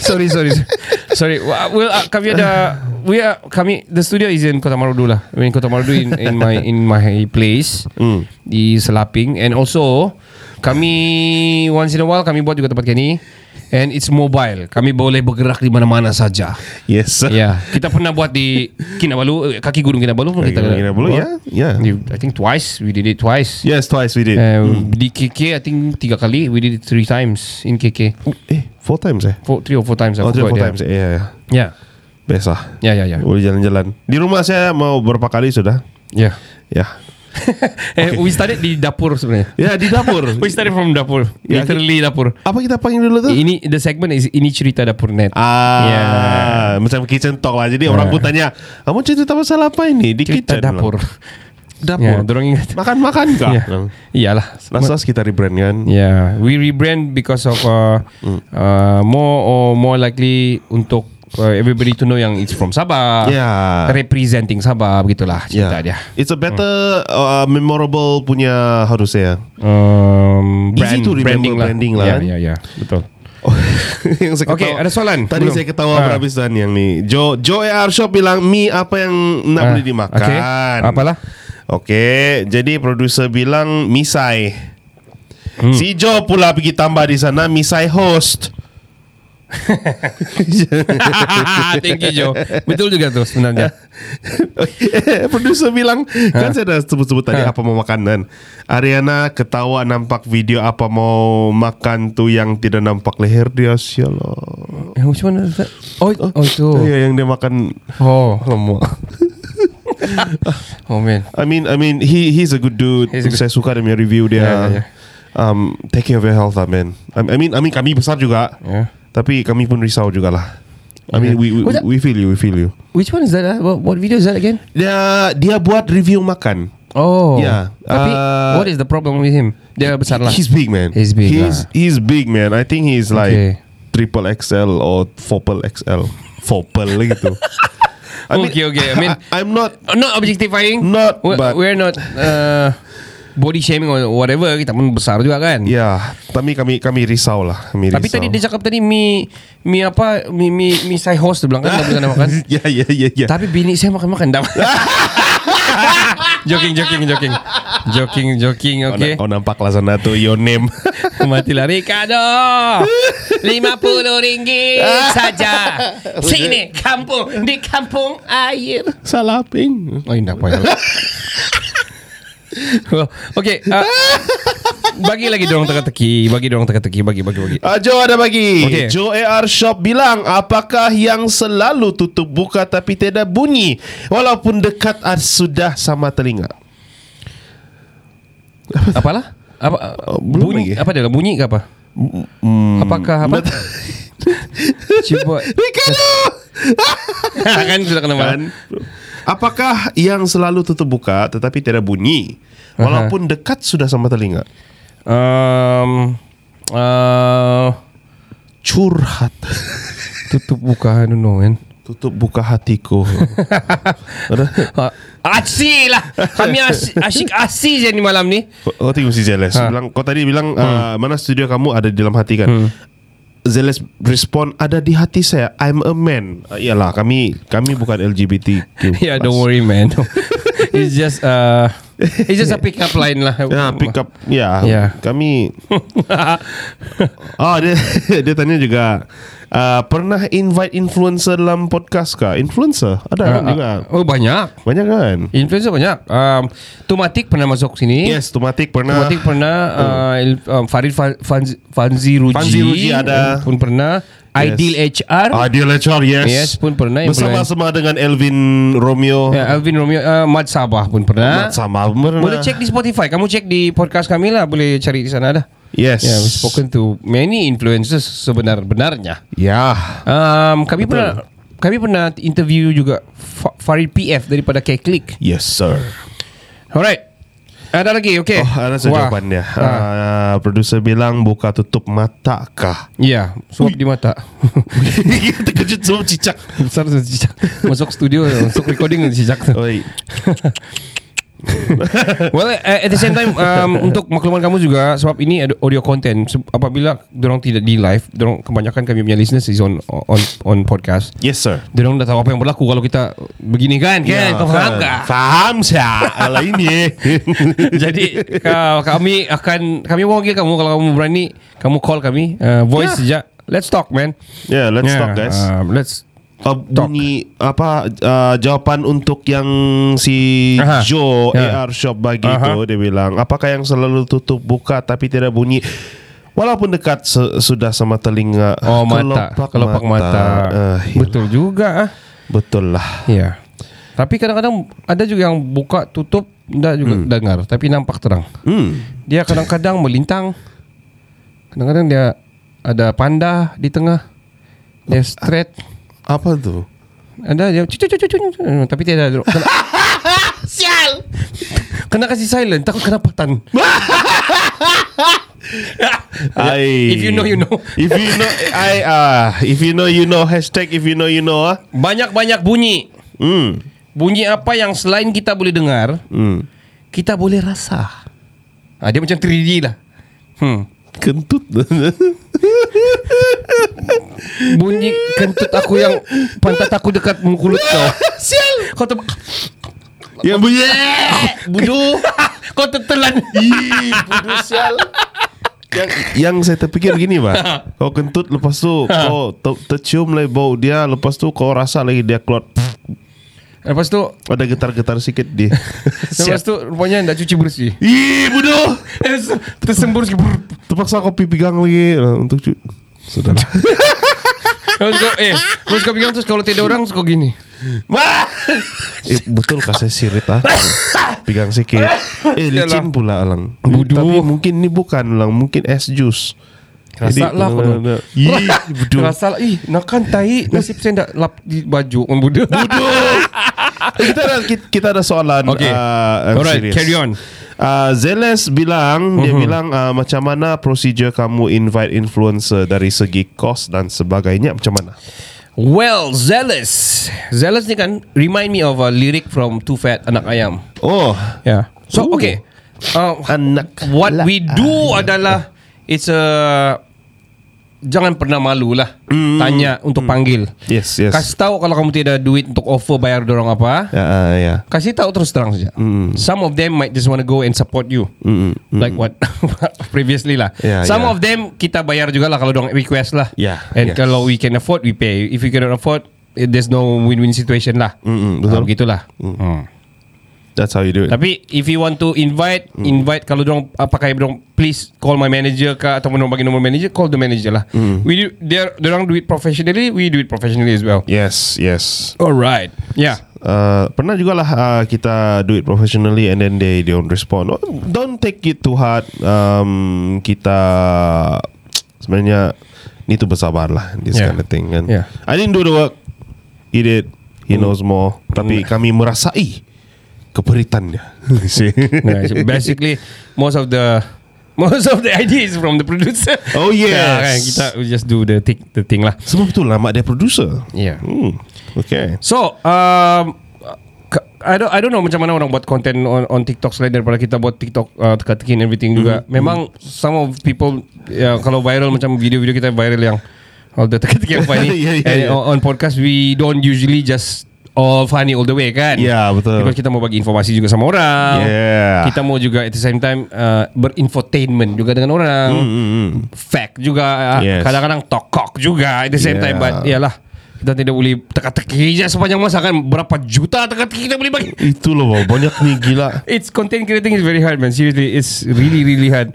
[SPEAKER 4] sorry, sorry, sorry. Wa- Well, uh, kami ada, we are kami the studio is in Kota Marudu lah. I mean Kota Marudu in, in my in my place di Selaping and also kami once in a while kami buat juga tempat kini and it's mobile. Kami boleh bergerak di mana-mana saja.
[SPEAKER 5] *laughs* Yes.
[SPEAKER 4] yeah. Ya. Kita pernah buat di Kinabalu, eh, kaki gunung Kinabalu pun kita.
[SPEAKER 5] Kinabalu, Ya.
[SPEAKER 4] buat.
[SPEAKER 5] yeah, yeah.
[SPEAKER 4] You- I think twice we did it twice.
[SPEAKER 5] Yes, twice we did. Hmm.
[SPEAKER 4] Uh, Di KK I think tiga kali We did it three times In KK
[SPEAKER 5] eh, four times eh?
[SPEAKER 4] four, Three or four times I
[SPEAKER 5] Oh, three or
[SPEAKER 4] forgot, yeah.
[SPEAKER 5] four times. Eh, yeah, yeah.
[SPEAKER 4] Yeah
[SPEAKER 5] Best lah.
[SPEAKER 4] Yeah yeah yeah
[SPEAKER 5] Boleh jalan-jalan. Di rumah saya mau berapa kali sudah?
[SPEAKER 4] Yeah
[SPEAKER 5] Ya.
[SPEAKER 4] eh, We started di dapur sebenarnya *laughs*
[SPEAKER 5] Ya, di dapur.
[SPEAKER 4] We started from dapur
[SPEAKER 5] Yeah,
[SPEAKER 4] Literally dapur
[SPEAKER 5] Apa kita panggil dulu tuh?
[SPEAKER 4] Ini the segment is Ini cerita dapur net
[SPEAKER 5] Ah,
[SPEAKER 4] Ya.
[SPEAKER 5] macam kitchen talk lah. Jadi orang pun tanya, kamu cerita pasal apa ini di
[SPEAKER 4] Cerita
[SPEAKER 5] kitchen?
[SPEAKER 4] dapur
[SPEAKER 5] Lah.
[SPEAKER 4] Ya
[SPEAKER 5] Dapur.
[SPEAKER 4] dorang ingat
[SPEAKER 5] Makan-makan kah?
[SPEAKER 4] Ya.
[SPEAKER 5] Lang.
[SPEAKER 4] Iyalah
[SPEAKER 5] Last last kita rebrand kan.
[SPEAKER 4] Yeah We rebrand because of uh,
[SPEAKER 5] Hmm.
[SPEAKER 4] uh, More or more likely Untuk uh, everybody to know yang It's from Sabah
[SPEAKER 5] Yeah.
[SPEAKER 4] Representing Sabah Begitulah cerita dia
[SPEAKER 5] It's a better uh, memorable punya harus saya.
[SPEAKER 4] um,
[SPEAKER 5] Easy to remember branding lah,
[SPEAKER 4] Ya,
[SPEAKER 5] kan?
[SPEAKER 4] ya, ya. Betul.
[SPEAKER 5] *laughs* yang saya
[SPEAKER 4] Okey,
[SPEAKER 5] ketawa-
[SPEAKER 4] ada soalan?
[SPEAKER 5] Tadi
[SPEAKER 4] Belum.
[SPEAKER 5] saya ketawa
[SPEAKER 4] Ah.
[SPEAKER 5] berhabisan yang ni. Jo Joe AR Shop bilang mie apa yang nak
[SPEAKER 4] Ah,
[SPEAKER 5] boleh dimakan.
[SPEAKER 4] okey.
[SPEAKER 5] *laughs*
[SPEAKER 4] Apalah?
[SPEAKER 5] Okey, jadi produser bilang misai.
[SPEAKER 4] Hmm.
[SPEAKER 5] Si Jo pula pergi tambah di sana misai host.
[SPEAKER 4] Thank you, Joe. Betul juga tu sebenarnya.
[SPEAKER 5] *laughs* Produser bilang
[SPEAKER 4] Ha.
[SPEAKER 5] Kan saya dah sebut-sebut tadi Apa mau makanan Ariana ketawa nampak video Apa mau makan tu Yang tidak nampak leher dia Sial lah
[SPEAKER 4] Eh, macam mana? Ustaz? Oh, oh itu.
[SPEAKER 5] Ya yang dia makan
[SPEAKER 4] Oh,
[SPEAKER 5] Lemak
[SPEAKER 4] oh man.
[SPEAKER 5] I mean I mean he he's a good dude
[SPEAKER 4] He's a good-
[SPEAKER 5] Saya suka dia punya review dia
[SPEAKER 4] Yeah, yeah, yeah.
[SPEAKER 5] Um, Take care of your health lah man I, I mean I mean kami besar juga
[SPEAKER 4] Yeah.
[SPEAKER 5] Tapi kami pun risau jugalah I mean we, we,
[SPEAKER 4] What's that?
[SPEAKER 5] we feel you We feel you
[SPEAKER 4] Which one is that? ah? What, what video is that again?
[SPEAKER 5] Dia dia buat review makan
[SPEAKER 4] Oh.
[SPEAKER 5] Yeah.
[SPEAKER 4] Tapi
[SPEAKER 5] Uh,
[SPEAKER 4] what is the problem with him? Dia besar lah.
[SPEAKER 5] He's big, man.
[SPEAKER 4] He's big, lah.
[SPEAKER 5] He's he's big, man. I think he's like
[SPEAKER 4] Okay.
[SPEAKER 5] triple XL or fourple XL, fourple *laughs* gitu. I
[SPEAKER 4] Okay, okay. I mean-
[SPEAKER 5] I, am not.
[SPEAKER 4] Uh, not objectifying.
[SPEAKER 5] Not,
[SPEAKER 4] We're,
[SPEAKER 5] but-
[SPEAKER 4] we're not uh, body shaming or whatever. Kita pun besar juga kan.
[SPEAKER 5] Ya, tapi kami kami risau lah. Kami
[SPEAKER 4] Tapi
[SPEAKER 5] risau.
[SPEAKER 4] tadi dia cakap tadi mi mi apa mi mi mi saya host dia bilang kan dia boleh
[SPEAKER 5] *laughs*
[SPEAKER 4] makan.
[SPEAKER 5] ya, ya, ya, ya.
[SPEAKER 4] Tapi bini saya makan-makan
[SPEAKER 5] *laughs*
[SPEAKER 4] dah. joking, joking, joking. Joking, joking,
[SPEAKER 5] Kau
[SPEAKER 4] okay.
[SPEAKER 5] na- Kau nampak lah sana tu your
[SPEAKER 4] *laughs*
[SPEAKER 5] name.
[SPEAKER 4] Mati lah. Ricardo, RM50 saja.
[SPEAKER 5] *laughs*
[SPEAKER 4] Sini, kampung. Di kampung air.
[SPEAKER 5] Salah ping.
[SPEAKER 4] Oh, indah poin. *laughs* well, okay. Uh, bagi lagi dorong teka-teki. Bagi dorong teka-teki. Bagi, bagi, bagi.
[SPEAKER 5] Ah, Joe ada bagi.
[SPEAKER 4] Okey.
[SPEAKER 5] Joe AR Shop bilang, apakah yang selalu tutup buka tapi tidak bunyi walaupun dekat ah, sudah sama telinga?
[SPEAKER 4] Apalah? Apa, uh,
[SPEAKER 5] Oh, belum
[SPEAKER 4] bunyi,
[SPEAKER 5] lagi.
[SPEAKER 4] apa dia? Bunyi ke apa? Apakah apa? *laughs* Cuba.
[SPEAKER 5] Ricardo!
[SPEAKER 4] *laughs* kan sudah kena
[SPEAKER 5] kan?
[SPEAKER 4] marah.
[SPEAKER 5] Apakah yang selalu tutup buka tetapi tidak bunyi walaupun dekat sudah sama telinga?
[SPEAKER 4] Um, uh,
[SPEAKER 5] Curhat.
[SPEAKER 4] tutup buka I don't know *laughs* man.
[SPEAKER 5] tutup buka
[SPEAKER 4] *laughs*
[SPEAKER 5] hatiku. Ada-
[SPEAKER 4] Uh, asyik lah Kami asyik, asyik asyik je ni malam ni
[SPEAKER 5] kau kau tengok si Zeles.
[SPEAKER 4] Ha. Hmm.
[SPEAKER 5] Bilang kau tadi bilang uh, mana studio kamu ada di dalam hati kan? Zeles respon ada di hati saya. I'm a man. Uh, iyalah kami kami bukan LGBTQ.
[SPEAKER 4] *laughs* Yeah Ya, don't worry
[SPEAKER 5] *laughs*
[SPEAKER 4] man It's just uh, It's just a pick up line lah
[SPEAKER 5] Ya,
[SPEAKER 4] *laughs*
[SPEAKER 5] pick up. Ya,
[SPEAKER 4] Ya.
[SPEAKER 5] kami Oh dia *laughs* dia tanya juga uh, pernah invite influencer dalam podcast kah? Influencer ada kan juga.
[SPEAKER 4] Oh banyak
[SPEAKER 5] Banyak kan?
[SPEAKER 4] Influencer banyak um, Tumatik pernah masuk sini
[SPEAKER 5] Yes, Tumatik pernah.
[SPEAKER 4] Tumatik pernah uh, Il- um, Farid Fa- Fanzi, Fanzi Ruji
[SPEAKER 5] Fanzi Ruji ada.
[SPEAKER 4] Pun pernah
[SPEAKER 5] Yes.
[SPEAKER 4] Ideal HR
[SPEAKER 5] Ideal HR, Ah, yes.
[SPEAKER 4] Yes, pun pernah
[SPEAKER 5] Bersama-sama dengan Elvin Romeo.
[SPEAKER 4] Ya, Alvin Romeo uh, Mat Sabah pun pernah
[SPEAKER 5] Mat sama pernah.
[SPEAKER 4] Boleh cek di Spotify. Kamu cek di podcast kami lah. Boleh cari di sana dah.
[SPEAKER 5] Yes.
[SPEAKER 4] Yeah, we've Ya, spoken to many influencers sebenar-benarnya.
[SPEAKER 5] Ya.
[SPEAKER 4] Um, kami pernah kami pernah interview juga Fa- Farid PF daripada K-Click.
[SPEAKER 5] Yes, sir.
[SPEAKER 4] Alright. Ada lagi, okay.
[SPEAKER 5] Oh, ada
[SPEAKER 4] Eh, Wah.
[SPEAKER 5] jawapan dia.
[SPEAKER 4] Ha.
[SPEAKER 5] Uh, produser bilang buka tutup mata kah? *laughs*
[SPEAKER 4] Ya, suap di mata.
[SPEAKER 5] Terkejut semua cicak.
[SPEAKER 4] Besar tu cicak. Masuk studio, masuk recording tu
[SPEAKER 5] *laughs*
[SPEAKER 4] cicak tu.
[SPEAKER 5] Oi.
[SPEAKER 4] Well, eh, at the same time um, untuk makluman kamu juga sebab ini ada audio content. Se- Apabila dorong tidak di live, dorong kebanyakan kami punya listeners is on on on podcast.
[SPEAKER 5] Yes, sir.
[SPEAKER 4] Dia orang dah tahu apa yang berlaku kalau kita begini kan kan kau faham tak?
[SPEAKER 5] Ya, Faham saya Alah ini
[SPEAKER 4] *laughs* Jadi ka- kami akan kami panggil kamu kalau kamu berani kamu call kami uh, voice saja Let's talk, man.
[SPEAKER 5] Yeah, Ya. let's talk, guys.
[SPEAKER 4] Um, let's
[SPEAKER 5] Uh, bunyi apa uh, jawapan untuk yang si
[SPEAKER 4] Aha.
[SPEAKER 5] Joe
[SPEAKER 4] Ya.
[SPEAKER 5] AR shop bagi
[SPEAKER 4] Aha.
[SPEAKER 5] itu dia bilang apakah yang selalu tutup buka tapi tidak bunyi walaupun dekat se- sudah sama telinga
[SPEAKER 4] oh mata,
[SPEAKER 5] kelopak,
[SPEAKER 4] kelopak mata.
[SPEAKER 5] Eh, iya,
[SPEAKER 4] Betul juga ah.
[SPEAKER 5] betul lah
[SPEAKER 4] Ya. Tapi kadang-kadang ada juga yang buka tutup tidak juga
[SPEAKER 5] Hmm.
[SPEAKER 4] dengar tapi nampak terang. Dia kadang-kadang melintang. Kadang-kadang dia ada panda di tengah.
[SPEAKER 5] Oh, ah.
[SPEAKER 4] Dia straight.
[SPEAKER 5] apa tuh
[SPEAKER 4] Ada dia cucu cucu cucu tapi tidak ada. Sial. Kena kasih silent takut kena patan.
[SPEAKER 5] Ai.
[SPEAKER 4] Ya, If you know, you know.
[SPEAKER 5] if you know I ah if you know you know hashtag if you know you know ah
[SPEAKER 4] Banyak-banyak bunyi.
[SPEAKER 5] hmm
[SPEAKER 4] Bunyi apa yang selain kita boleh dengar,
[SPEAKER 5] hmm
[SPEAKER 4] kita boleh rasa. Ah, dia macam 3D lah. Hmm.
[SPEAKER 5] kentut
[SPEAKER 4] Bunyi kentut aku yang pantat aku dekat mulut kau. Sial. Kau ter
[SPEAKER 5] yang bunyi
[SPEAKER 4] budu. kau tertelan.
[SPEAKER 5] Ih, bodoh sial. yang, yang saya terfikir gini pak Kau kentut lepas tu Kau te- tercium lagi bau dia Lepas tu kau rasa lagi dia keluar
[SPEAKER 4] Lepas tu
[SPEAKER 5] Ada getar-getar sikit dia
[SPEAKER 4] Lepas
[SPEAKER 5] Sial.
[SPEAKER 4] tu rupanya tidak cuci bersih
[SPEAKER 5] Ih bodoh
[SPEAKER 4] Tersembur sikit
[SPEAKER 5] Terpaksa kau pegang lagi eh, Untuk cu- Sudah lah
[SPEAKER 4] Terus kau eh, Terus kau pegang Terus kalau tidak orang Terus kau gini
[SPEAKER 5] eh, Betul kah saya sirit ah Pegang sikit Eh licin pula lang
[SPEAKER 4] Bodoh.
[SPEAKER 5] Tapi mungkin ni bukan lang Mungkin es jus
[SPEAKER 4] Rasa
[SPEAKER 5] Jadi, eh,
[SPEAKER 4] lah kau tu.
[SPEAKER 5] Ih bodoh
[SPEAKER 4] Rasa lah Ih nak kan tai Nasib saya tak lap di baju Orang budak
[SPEAKER 5] Eh, kita ada kita, kita ada soalan
[SPEAKER 4] Okay.
[SPEAKER 5] uh,
[SPEAKER 4] Alright, carry on. Mm-hmm.
[SPEAKER 5] Uh, Zeles bilang dia bilang uh, macam mana prosedur kamu invite influencer dari segi kos dan sebagainya macam mana?
[SPEAKER 4] *laughs* Well Zealous Zealous ni kan Remind me of a lyric From Too Fat Anak Ayam
[SPEAKER 5] Oh,
[SPEAKER 4] Yeah So okay uh,
[SPEAKER 5] anak lah.
[SPEAKER 4] What we do adalah It's a Jangan pernah malu lah Tanya untuk panggil
[SPEAKER 5] Yes, Hmm. yes.
[SPEAKER 4] Kasih tahu kalau kamu tidak ada duit Untuk offer bayar dorong apa
[SPEAKER 5] Ya, ah, ya.
[SPEAKER 4] Kasih tahu terus terang saja
[SPEAKER 5] Hmm.
[SPEAKER 4] Some of them might just want to go and support you Like what *laughs* Previously lah
[SPEAKER 5] Yeah,
[SPEAKER 4] Some
[SPEAKER 5] yeah.
[SPEAKER 4] of them Kita bayar juga lah Kalau dorong request lah
[SPEAKER 5] Yeah,
[SPEAKER 4] And
[SPEAKER 5] yes.
[SPEAKER 4] kalau we can afford We pay If we cannot afford eh, There's no win-win situation lah
[SPEAKER 5] Mm-mm, hmm, betul.
[SPEAKER 4] Ah, Begitulah Hmm.
[SPEAKER 5] That's how you do it.
[SPEAKER 4] Tapi if you want to invite
[SPEAKER 5] Hmm.
[SPEAKER 4] mm. Invite kalau dorong uh, Pakai dorong Please call my manager ke Ataupun dorong bagi nombor manager Call the manager lah mm.
[SPEAKER 5] Hmm.
[SPEAKER 4] We do they're- Dorong do it professionally We do it professionally as well
[SPEAKER 5] yes, yes.
[SPEAKER 4] Alright Yeah
[SPEAKER 5] Uh, pernah juga lah uh, kita do it professionally and then they don't respond. Oh, Don't take it to heart. Um, kita sebenarnya need to bersabar lah this
[SPEAKER 4] Yeah.
[SPEAKER 5] kind of thing kan.
[SPEAKER 4] Yeah. Hmm.
[SPEAKER 5] I didn't do the work. He did. He knows more. Tapi kami merasai keperitannya.
[SPEAKER 4] *laughs* Yeah, so Basically Most of the *laughs* Most of the *laughs* idea is from the producer
[SPEAKER 5] Oh,
[SPEAKER 4] *laughs*
[SPEAKER 5] yes.
[SPEAKER 4] yeah, kan? Kita we just do the thing, the thing lah
[SPEAKER 5] Sebab betul lah mak dia producer.
[SPEAKER 4] Yeah
[SPEAKER 5] Hmm. Okay.
[SPEAKER 4] So um, k- I don't I don't know macam mana orang buat content on on TikTok selain daripada kita buat TikTok uh, teka-tekin everything juga.
[SPEAKER 5] Mm-hmm.
[SPEAKER 4] Memang some of people ya kalau viral macam video-video kita viral yang all the *laughs* teka-tekin yang funny
[SPEAKER 5] *laughs* Yeah, yeah,
[SPEAKER 4] and
[SPEAKER 5] yeah.
[SPEAKER 4] on, on podcast we don't usually just all funny all the way kan.
[SPEAKER 5] Yeah, betul.
[SPEAKER 4] Because kita mau bagi informasi juga sama orang.
[SPEAKER 5] Yeah.
[SPEAKER 4] Kita mau juga at the same time uh, berinfotainment juga dengan orang.
[SPEAKER 5] Mm-hmm. Hmm,
[SPEAKER 4] Fact juga uh,
[SPEAKER 5] Yes.
[SPEAKER 4] kadang-kadang tokok juga at the same time but
[SPEAKER 5] Yeah.
[SPEAKER 4] iyalah kita tidak boleh teka-teki je sepanjang masa kan berapa juta teka-teki kita boleh bagi
[SPEAKER 5] Itu loh bang. banyak nih gila.
[SPEAKER 4] it's content creating is very hard man seriously it's really really hard